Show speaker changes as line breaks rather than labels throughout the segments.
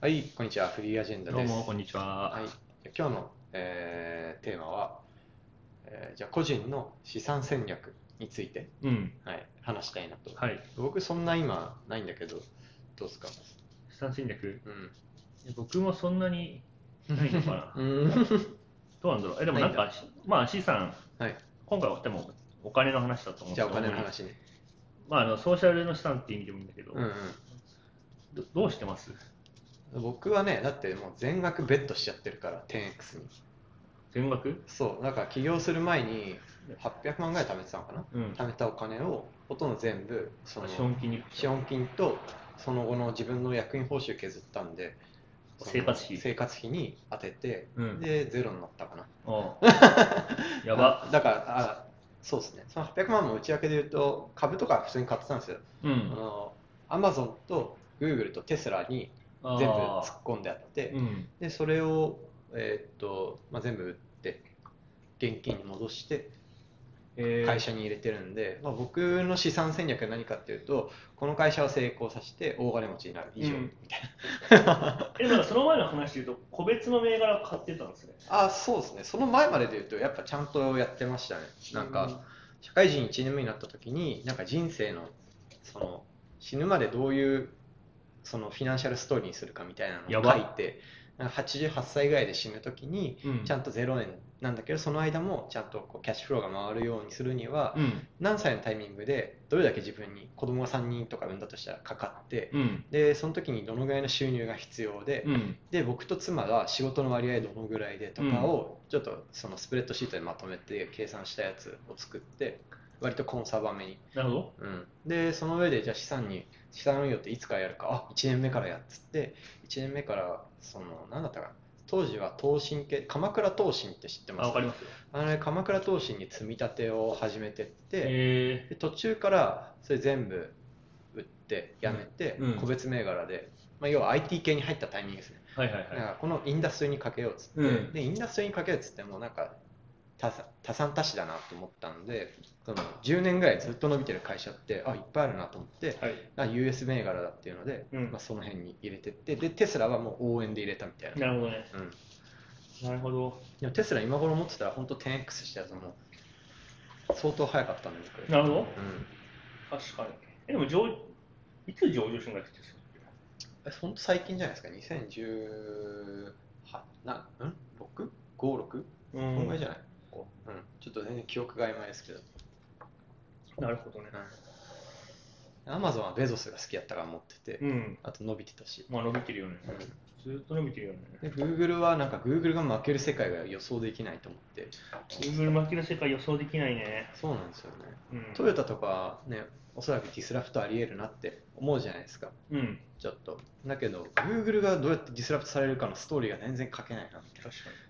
はい、こんにちは。フリーアジェンダ
どう
です。
も、こんにちは
はい。。今日の、えーテーマは、えーじゃあ個人の資産戦略について、
うん。
はい、話したいなと。
はい。
僕そんな今ないんだけど、どうですか
資産戦略。
うん。
僕もそんなにないのか な。
うん。
どうなんだろう。え、でもなん
ない
か、しまあ、資産、
はい。
今回はでもお金の話だと思うん
じ
で
ゃあ
す
お
けど
金の。話ね。
まあ、あの、ソーシャルの資産っていう意味でもいいんだけど、
うんうん。
どどうしてます
僕はね、だってもう全額ベットしちゃってるから、10X に。
全額
そう、だから起業する前に800万ぐらい貯めてたのかな。
うん。
貯めたお金をほとんど全部、その、
資本金に。
資本金とその後の自分の役員報酬削ったんでその
生活費
生活費に当てて、
うん
でゼロになったかな
あ あやば。
あだからあそうですねその800万も内訳で言うと株とか普通に買ってたんですよ、
う
あ
ん。
のアマゾンとグーグルとテスラに
あ
全
あ
部突っ込んであって
うん。
でそれを、えーっとまあ、全部売って現金に戻して
えー
会社に入れてるんで、まあ、僕の資産戦略は何かっていうとこの会社を成功させて大金持ちになる以上
うん
みたいな、
え、でもその前の話で言うと、個別の銘柄を買ってたんですね。
あそうですねその前までで言うとやっぱちゃんとやってましたねなんか社会人1年目になった時になんか人生のその死ぬまでどういうそのフィナンシャルストーリーにするかみたいな
や
のを
ば
書いてなんか88歳ぐらいで死ぬ時に
うん、うん。
ちゃんと0円なんだけどその間もちゃんとこうキャッシュフローが回るようにするには、
うん。
何歳のタイミングでどれだけ自分に子供が3人とか産んだとしたらかかって
うん。
でその時にどのぐらいの収入が必要で,、
うん。
で僕と妻が仕事の割合どのぐらいでとかをちょっとそのスプレッドシートにまとめて計算したやつを作って割とコンサバめに、
なるほど。
うん、でその上でじゃあ資産に資産運用っていつからやるかあ1年目からやっつって1年目からその何だったかな当時は投信系鎌倉投信って知ってま
あ、
す
わかりますよ。
あれ鎌倉投信に積み立てを始めてって、
え
で途中からそれ全部売ってやめて、
うん
個別銘柄で、まあ、要は IT 系に入ったタイミングですね、
ー、はいはいはい
だ。からこのインダストリーにかけようっつって、
うん
でインダストリーにかけようっつってもなんか多産多産多死だなと思ったんでその10年ぐらいずっと伸びてる会社ってあいっぱいあるなと思って
はい。
あ US 銘柄だっていうので、
うん
まあ、その辺に入れてってでテスラはもう応援で入れたみたいな、
なるほどね。
うん、
なるほど。
でもテスラ今頃持ってたら本当 10X したやつも相当早かったんですけど、
なるほど。
うん
確かに。え、でも上、いつ上場したんだっけ
えほんと最近じゃないですか、2018な、ん ?6?5、6?
う
こんぐらい
ん。
じゃない、こううん、ちょっと全然記憶が曖昧ですけど、
なるほどね。
アマゾンはベゾスが好きだったから持ってて、
うん。
あと伸びてたし、
まあ伸びてるよね。ずっと伸びてるよね。
で、Google はなんか Google が負ける世界が予想できないと思って、
Google 負けの世界予想できないね。
そうなんですよね。
うん。
トヨタとかね、おそらくディスラプトあり得るなって思うじゃないですか、
うん。
ちょっと。だけど、Google がどうやってディスラプトされるかのストーリーが全然書けないなみたいな。
確かに。
うん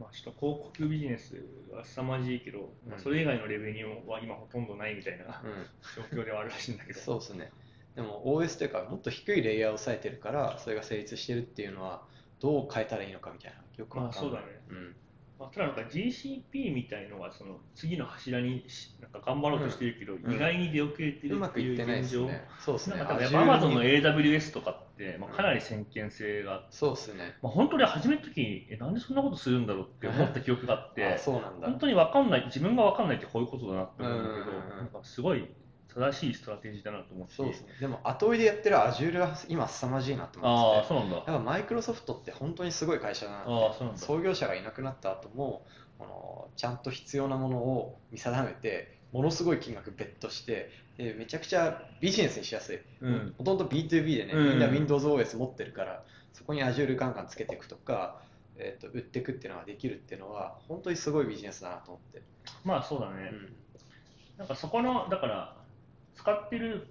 まあちょっと広告ビジネスは凄まじいけど、まあそれ以外のレベニューは今ほとんどないみたいな
うん
状況ではあるらしいんだけど。
そうですね。でも OS というか、もっと低いレイヤーを抑えてるから、それが成立してるっていうのは、どう変えたらいいのかみたいな、よくわかんない。
まあそうだね
うん。
まあ、ただなんか GCP みたいのがその次の柱にしなんか頑張ろうとしてるけど、
ん
意外に出遅れてる
うま
って
くい
い
っ
う
てないで
現
す
状、
ね。そうですね。
なんか多
Azure
分アマゾンの
に
AWS とかって、まあ、かなり先見性があって、
そうですね。
まあ、本当に始めた時にえなんでそんなことするんだろうって思った記憶があっ
あ
て
そうなんだ。
本当に分かんない自分が分かんないってこういうことだなって思うんだけ
う
ど
んうんうん
なんかすごい正しいストラテジーだなと思って
そうですね。でも、後追いでやってる Azure は今、凄まじいなと思
あ
っ
あ
てて。
そうなんだ
やっぱマイクロソフトって本当にすごい会社だなって
ああそうなんだ
創業者がいなくなった後もあのちゃんと必要なものを見定めてものすごい金額ベットしてでめちゃくちゃビジネスにしやすい
うん
ほとんど B2B でね、
うん
みんな WindowsOS 持ってるから、そこに Azure ガンガンつけていくとか、えー、と売っていくっていうのができるっていうのは、本当にすごいビジネスだなと思って。
まあそうだね、なんかそこのだから使ってる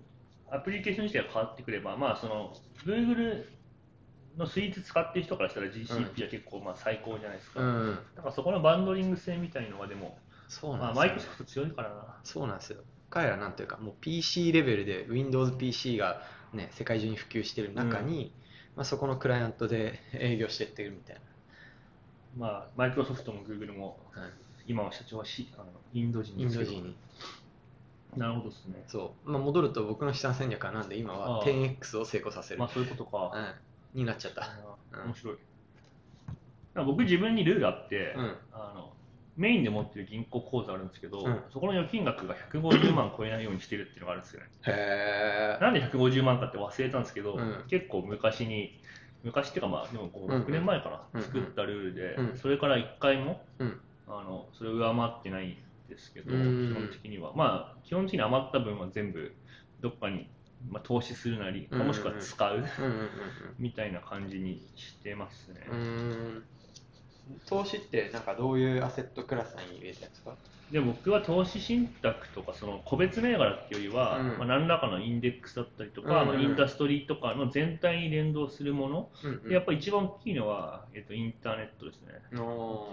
アプリケーション自体が変わってくればまあその Google のスイーツ使ってる人からしたら GCP は結構まあ最高じゃないですか、
ん、
なんかそこのバンドリング性みたいのはでも、
そう
ま
な
あ、
ん
マイ
で
ク
す
ソ
よ、
フト強いからな。
そうなんですよ。彼らなんていうか、もう PC レベルで WindowsPC が、ね、世界中に普及してる中に、まあ、そこのクライアントで営業してってるみたい
まあ、マイクロソフトも Google も、
な、はい
今は社長はしあのインド人
イ
で
ン
す
ド
けど
人に。
なるほどですね。
そうまあ、戻ると僕の資産戦略はなんで今は
ああ
10X を成功させる
まあ、。そういうことか。
うんになっちゃった。うん
面白い。なんか僕自分にルールあって、
うん。
あのメインで持ってる銀行口座あるんですけど、
うん
そこの預金額が150万超えないようにしてるっていうのがあるんです よね。
へえ。
なんで150万かって忘れたんですけど、
うん
結構昔に、昔っていうかまあ、でも5、
うんうん
6年前か
うん
な、
うん
作ったルールで、
うん
それから1回も、
うん
あのそれを上回ってないんですけど、
うん
基本的には。まあ、基本的に余った分は全部、どっかに、まあ、投資するなり、
うんうん
もしくは使う
うんうん
みたいな感じにしてますね。
うんうん。うーん。投資ってなんかどういうアセットクラスに入れてるんですか
で僕は投資信託とかその個別銘柄っていうよりは、
うん
まあ、何らかのインデックスだったりと
うんうん
か、まあ、インダストリーとかの全体に連動するもの、
うん
でやっぱり一番大きいのは、えっとインターネットですね、
ぱ。
基
お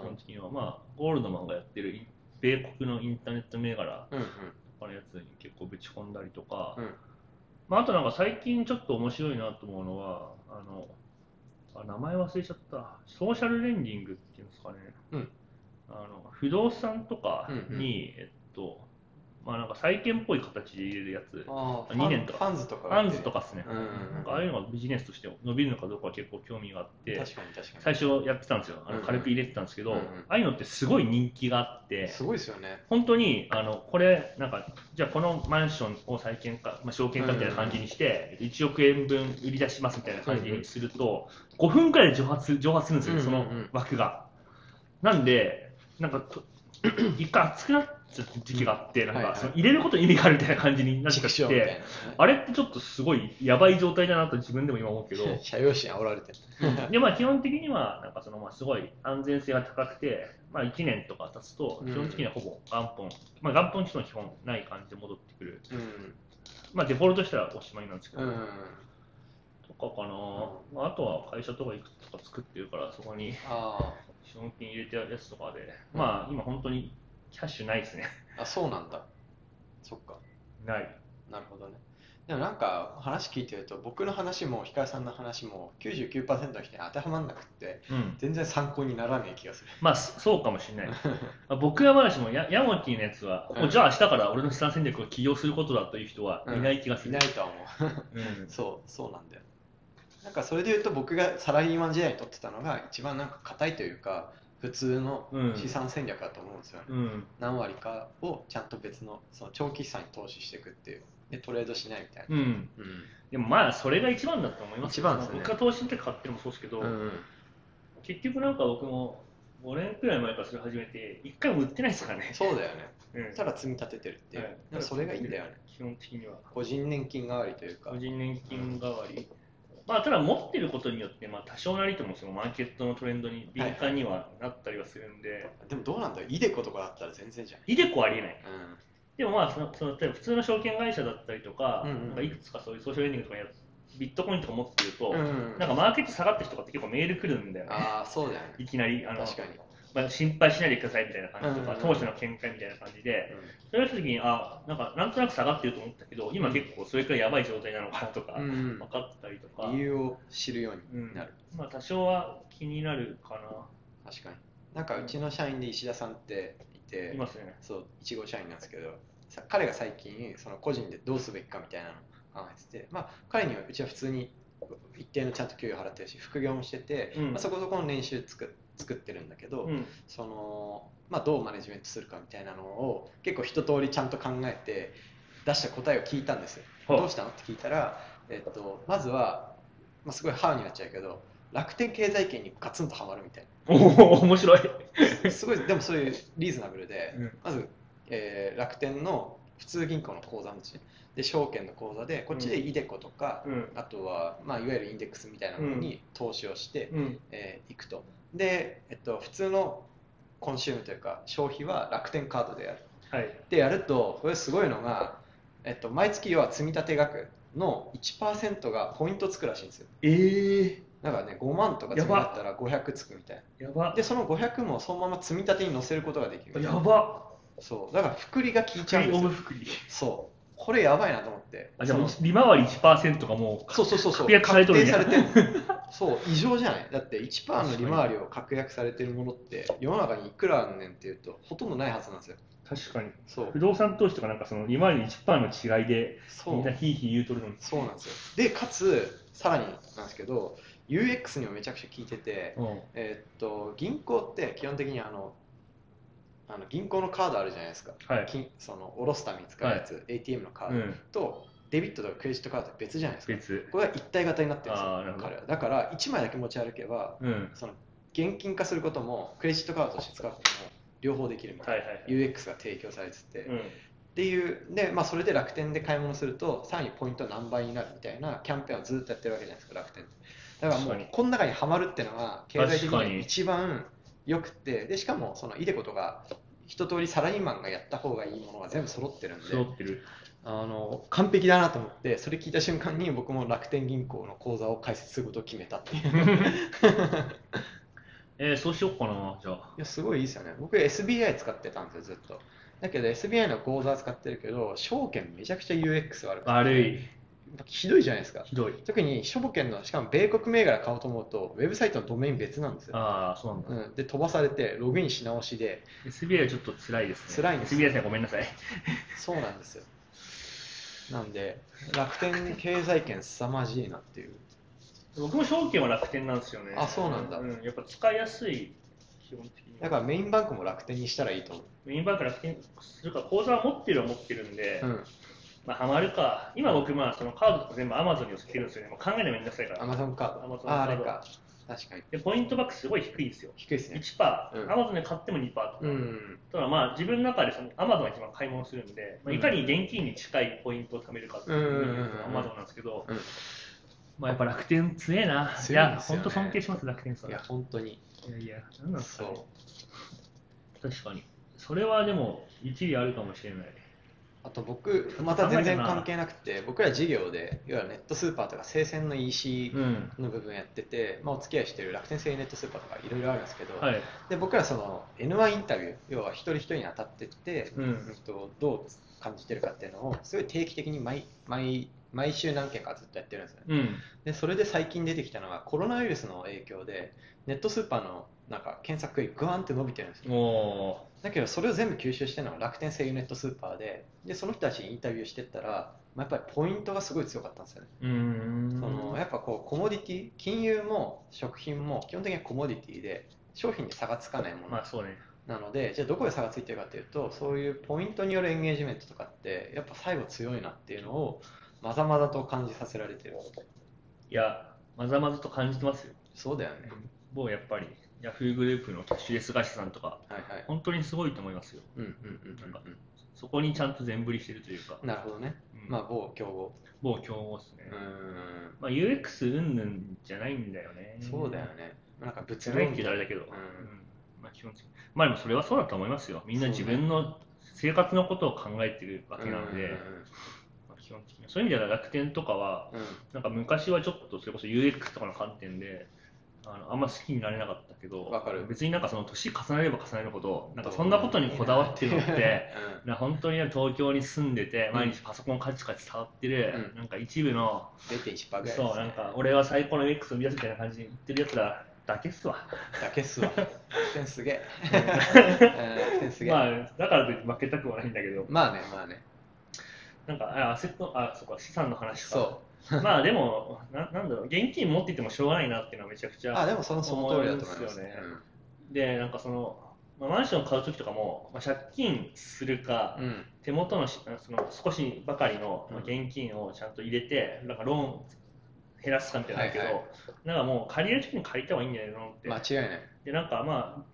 本的には、まあ、ゴールドマンがやってる米国のインターネット銘柄
ーうんうん
とかのやつに結構ぶち込んだりとか、
うん
まあ、あとなんか最近ちょっと面白いなと思うのは、あのあ名前忘れちゃった、ソーシャルレンディングっていうんですかね、
うん
あの不動産とかに、
うんうん
えっとまあ、なんか債券っぽい形で入れるやつ、
あー。
二年と
フ
か
ァンファンズとか
フ
が
ァ
や
ン
って
ズ
る
とかですね、
うんうんうん
なんかああいうのがビジネスとして伸びるのかどうかは結構興味があって。
確かに確かに。
最初やってたんですよ、あ
う
の
ん
軽く入れてたんですけど、
うんうん
ああいうのってすごい人気があって、
すごいですよね。
本当にあのこれ、なんか、じゃあこのマンションを債券化、まあ、証券化みたいな感じにして、1億円分売り出しますみたいな感じにすると、5分くらいで蒸発蒸発するんですよ、そ
う
の
んうんうん
枠が。なんで、なんかと、一回熱くなっちゃった時期があって、なん
はいは
か
い
その入れることに意味があるみたいな感じになっちゃ
畜
っ
生みたい
て、あれってちょっとすごいやばい状態だなと自分でも今思うけど。
な。 社用紙煽られてる。
でまあ、基本的には、なんかそのまあすごい安全性が高くて、まあ、1年とか経つと、基本的にはほぼ元本、まあ、元本基本基本ない感じで戻ってくる、
うん。
まあ、デフォルトしたらおしまいなんですけど、
うんうんうん。
とかかな、まあ、あとは会社とかいくつか作ってるから、そこに
あ
資本金入れてるやつとかで、まあ今、本当にキャッシュないですね。
ーあ、そうなんだ。そっか。
ない。
なるほどね。でもなんか話聞いてると僕の話も光さんの話も99%の人に当てはまんなくって
うん
全然参考にならない気がする。
まあ、そそうかもしれない。まあ僕はまだしも、やヤモティのやつは、
うん
もうじゃあ明日から俺の資産戦略を起業することだという人は
うん
いない気が す
い
る。
ないとは思
うん
う。そう、そうなんだよ。なんかそれで言うと僕がサラリーマン時代に取ってたのが一番なんか硬いというか普通の
うん
資産戦略だと思うんですよね。
うん
何割かをちゃんと別のその長期資産に投資していくっていう。で、トレードしないみたいな。
うん、でもまあそれが一番だと思いますよ
一番ですね
僕が投資の時買ってもそうですけど、
うん。うんうん。
結局なんか僕も5年くらい前からそれ始めて1回も売ってないですからね、
そうだよね。
うん
ただ積み立ててるっていう。
はい
でもそれがいいんだよね。
基本的には
個人年金代わりというか
個。人年金代わり、まあ、ただ持ってることによってまあ多少なりともそのマーケットのトレンドに敏感にはなったりはするんで、い
でもどうなんだろう、イデコとかだったら全然じゃん。
でこはありえない
うん、
でもまあそのその例えば普通の証券会社だったりとか,、
うんうん
なんかいくつかそういうソーシャルエンディングとかやビットコインとか持ってると、
うん
なんかマーケット下がった人とかって結構メール来るんだよね
ああ、そうだよね。
いきなりあの
確かに。
まあ、心配しないでくださいみたいな感じとか、
うん
当時の見解みたいな感じで、それを見た時に、あなんかなんとなく下がってると思ったけど、今結構それくらいやばい状態なのかなとか、
うん
分かったりとか、
理由を知るようになる。
まあ、多少は気になるか
確かに。なんかうちの社員で石田さんってい
な、
て
い、ますね。
そう、一号社員なんですけど、さ彼が最近、その個人でどうすべきかみたいなのを考えてて、まあ、彼にはうちは普通に一定のちゃんと給与払ってるし、副業もしてて、
うん
まあ、そこそこの年収つく作ってるんだけど、
うん、
その、まあ、どうマネジメントするかみたいなのを結構一通りちゃんと考えて出した答えを聞いたんですよ。
ほう
どうしたのって聞いたら、えっと、まずは、まあ、すごいハーになっちゃうけど楽天経済圏にガツンとはまるみたい
おお、面白い。
なすごいでもそういうリーズナブルで、
うん
まず、えー楽天の普通銀行の口座持ちで証券の口座でこっちでイデコとか、
うん
あとは、まあ、いわゆるインデックスみたいなものに投資をして、
うん
えー行くとで、えっと、普通のコンシュームというか消費は楽天カードでやる
はい、
でやるとこれすごいのが、えっと、毎月要は積立額の1%がポイントつくらしいんですよ
ええ
だからね5万とか積み立てたら500つくみたいな
やば
でその500もそのまま積み立てに乗せることができる
やば
そうだから複利が効いちゃうん
オ
です
ブ
よ
福利。
そうこれやばいなと思って
あじゃあもう
その
利回り1%がもう
そうそうそうそう
確約されとるんや
確定されてるそう異常じゃないだって1%の利回りを確約されてるものって世の中にいくらあんねんっていうとほとんどないはずなんですよ
確かに
そう
不動産投資とかなんかその利回り1%の違いで
そ
みんな
う
ひいひい言うとるのに
そうなんですよでかつさらになんですけど UX にもめちゃくちゃ効いてて、
うん
えーっと銀行って基本的にあのあの銀行のカードあるじゃないですか、
はい
金その下ろすために使うやつ、ATM のカード
うん
とデビットとかクレジットカードって別じゃないですか、
別
これは一体型になってるんです
あーなる
よ
ほど
彼はだから1枚だけ持ち歩けば
うん
その現金化することもクレジットカードとして使うことも両方できるみたいな、
はいはいはい
UX が提供されてて、
う
っ
ん
ていうで、まあ、それで楽天で買い物するとさらにポイント何倍になるみたいなキャンペーンをずっとやってるわけじゃないですか楽天ってだからもう
確かに
この中にはまるってのが経済的
確か
に
に
一番よくてでしかもそのイデコとか一通りサラリーマンがやった方がいいものが全部揃ってるんで
揃っ てる
あの完璧だなと思ってそれ聞いた瞬間に僕も楽天銀行の口座を開設することを決めたっていう
えー、そうしようかなじゃあ
いや、すごいいいですよね。僕 SBI 使ってたんですよ、ずっと。だけど SBI の口座使ってるけど、証券めちゃくちゃ UX 悪くて、
悪い
ひどいじゃないですか。
ひどい
特に証券の、しかも米国銘柄買おうと思うと、ウェブサイトのドメイン別なんですよ。
ああそうなんだ、
うん、で、飛ばされて、ログインし直しで、
SBI はちょっと辛いですね
辛いんですよ
SBI さんごめんなさい
そうなんですよ。なんで、楽天経済圏凄まじいなっていう。
僕も証券は楽天なんですよね
あそうなんだ
うん、やっぱ使いやすい基本的に
だからメインバンクも楽天にしたらいいと思う。
メインバンク楽天するか口座は持ってるは持ってるんで、
うん。
まあハマるか今僕まあそのカードとか全部 Amazon に寄せてるんですよねもう考えないめんなさいか
ア
ら
マゾンカード。
Amazon
あ、あ
カ
れ
ード
か。確かに。
でポイントバックすごい低いんですよ
低いですね。
1%パ
う
ー、
ん
Amazon で買っても2%とか、
うん。
ただまあ自分の中でその Amazon が一番買い物するんで、まあ、いかに現金に近いポイントを貯めるかっていう
うんうんうんうん
のが Amazon なんですけど、
うん
まあやっぱ楽天強えな
強いです
い
よね
や本当尊敬します楽天さん
いや、本当に。
いやいや、なんなんですかね
そう。
確かに。それはでも、一理あるかもしれない。
あと僕、また全然関係なくて、僕ら事業で、いわゆるネットスーパーとか生鮮の EC
うん。
の部分やってて、まあ、お付き合いしてる楽天製ネットスーパーとかいろいろあるんですけど、
はい。
で僕らその N1 インタビュー、要は一人一人に当たってって、
うん
うんとどう感じてるかっていうのを、すごい定期的に毎毎毎週何件かずっとやってるんですよね。
うん。
で、それで最近出てきたのが、コロナウイルスの影響で、ネットスーパーのなんか検索がグワーンって伸びてるんですよ
も
だけどそれを全部吸収してるのが楽天製ユネットスーパーででその人たちにインタビューしてったら、まあ、やっぱりポイントがすごい強かったんですよね、
う、うーん。
そのやっぱこうコモディティ金融も食品も基本的にはコモディティで商品に差がつかないも
ま
の
あそうね。
なのでじゃあどこで差がついてるかっていうとそういうポイントによるエンゲージメントとかってやっぱ最後強いなっていうのをまざまざと感じさせられてる
いや、まざまざと感じてますよ。
そうだよね
某やっぱり、ヤフーグループのキャッシュレス会社さんとか、
はいはい
本当にすごいと思いますよ。
うんうんうんうんう
そこにちゃんと全振りしてるというか、
んなるほどね
うん
まあ某競合
某競合ですね
う。ん
まあ UX うんぬんじゃないんだよね。
そうだよねなんか
じ
物
ゃない
論
って言うとあれだけど、
ん
まあ基本的にまあでもそれはそうだと思いますよ。みんな自分の生活のことを考えてるわけなので、まあ基本的にそういう意味では楽天とかは、
うんうん
なんか昔はちょっとそれこそ UX とかの観点で、あのあんま好きになれなかったけど
わかる、
別になんかその年重ねれば重ねるほど、なんかそんなことにこだわってるのって、な本当にね東京に住んでて、毎日パソコンカチカチ触ってる、
うん
なんか一部の、
0.1%ぐらいですね
そう、なんか俺は最高の UX を生み出すみたいな感じに言ってるやつらだけっすわ。
だけっすわ楽天すげえうん楽天すげえ
ま
ま
あ
あ、
だからといって負けたくはないんだけど、
ねまあね
なんか、あアセット、あ、そっか、資産の話か。
そ
まあでもな、なんだろう、現金持っててもしょうがないなっていうのはめちゃくち
うあ
ゃ。
でもそのその通りだと思いま
思うんですすよね
うん
で、なんかその、まあ、マンション買うときとかも、まあ、借金するか、
うん
手元のしその少しばかりの
うん
まあ現金をちゃんと入れて、なんかローン減らすかみたいなのだけど、
はいは
なんかもう借りるときに借りた方がいいんじゃないのって。
間違いない
で、なんかま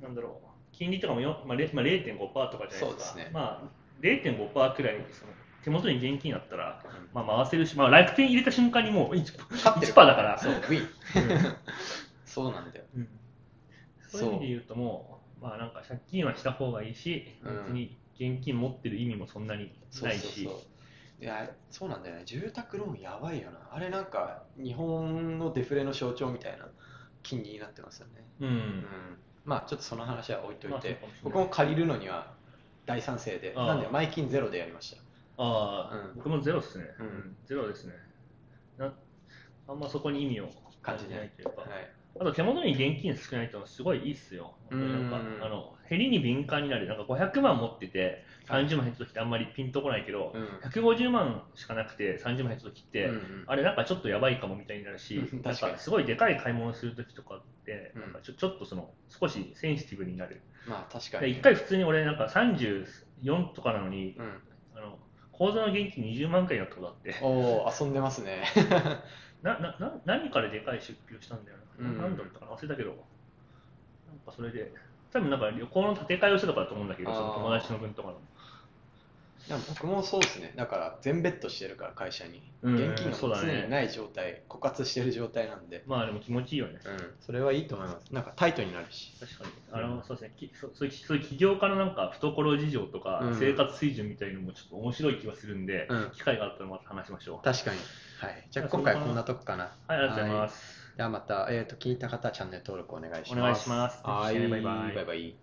あ、なんだろう、金利とかもよ、まあ、れまあ、0.5%とかじゃないですか。
そうですね
まあ、0.5%くらいその手元に現金だったら、まあ、回せるし、まあ、楽天入れた瞬間にもう 1%,
勝ってる
1%だから。
そうウィン
うん
そうなんだよ
うんそういう意味で言うともう、まあ、なんか借金はした方がいいし、
うん
別に現金持ってる意味もそんなに
そう
ない
そう
し、
そういやそうなんだよね住宅ローンやばいよなあれなんか日本のデフレの象徴みたいな金利になってますよね
うん
うんまあちょっとその話は置いとい
まあそう
て
かもしれない
僕も借りるのには大賛成で
ああ
なんで前金ゼロでやりました
ああ、
うん
僕もゼロですね、
うん
ゼロですねなあんまそこに意味を
感じで。はい。
というか、あと手元に現金少ないってのはすごいいいっすよ。
う
なんんかあの減りに敏感になる。なんか500万持ってて30万減った時ってあんまりピンとこないけど、
うん
150万しかなくて30万減った時って、
うんうん
あれなんかちょっとやばいかもみたいになるし、
確か
なん
に
かすごいでかい買い物する時とかって、
うん
なんかちょちょっとその少しセンシティブになる。
まあ確か
で
に
一。回普通に俺なんか34とかなのに、
うん。
あの口座の現金20万回になったことあって、
おお、遊んでますね。
ななな何からでかい出費をしたんだよな、
うん
何だったかな忘れたけど、なんかそれで、多分なんか旅行の建て替えをしたとかだと思うんだけど、
あー
その友達の分とかの。
でも僕もそうですね。だから全ベッドしてるから会社に。
うん
現金が
そう
もう
だね
常にない状態、枯渇してる状態なんで。
まあでも気持ちいいよね。
うん。それはいいと思います。なんかタイトになるし。
確かに。あの、そうですね。きそそういうそういう起業家のなんか懐事情とか、
うん
生活水準みたいのもちょっと面白い気がするんで、
うん
機会があったらまた話しましょう。
確かに。はい。じゃあ今回はこんなとこかな。
はい、ありがとうございます。
ではまた、えー、と聞いた方はチャンネル登録お願いします。
お願いします
はい、
バイバイ
バイバイ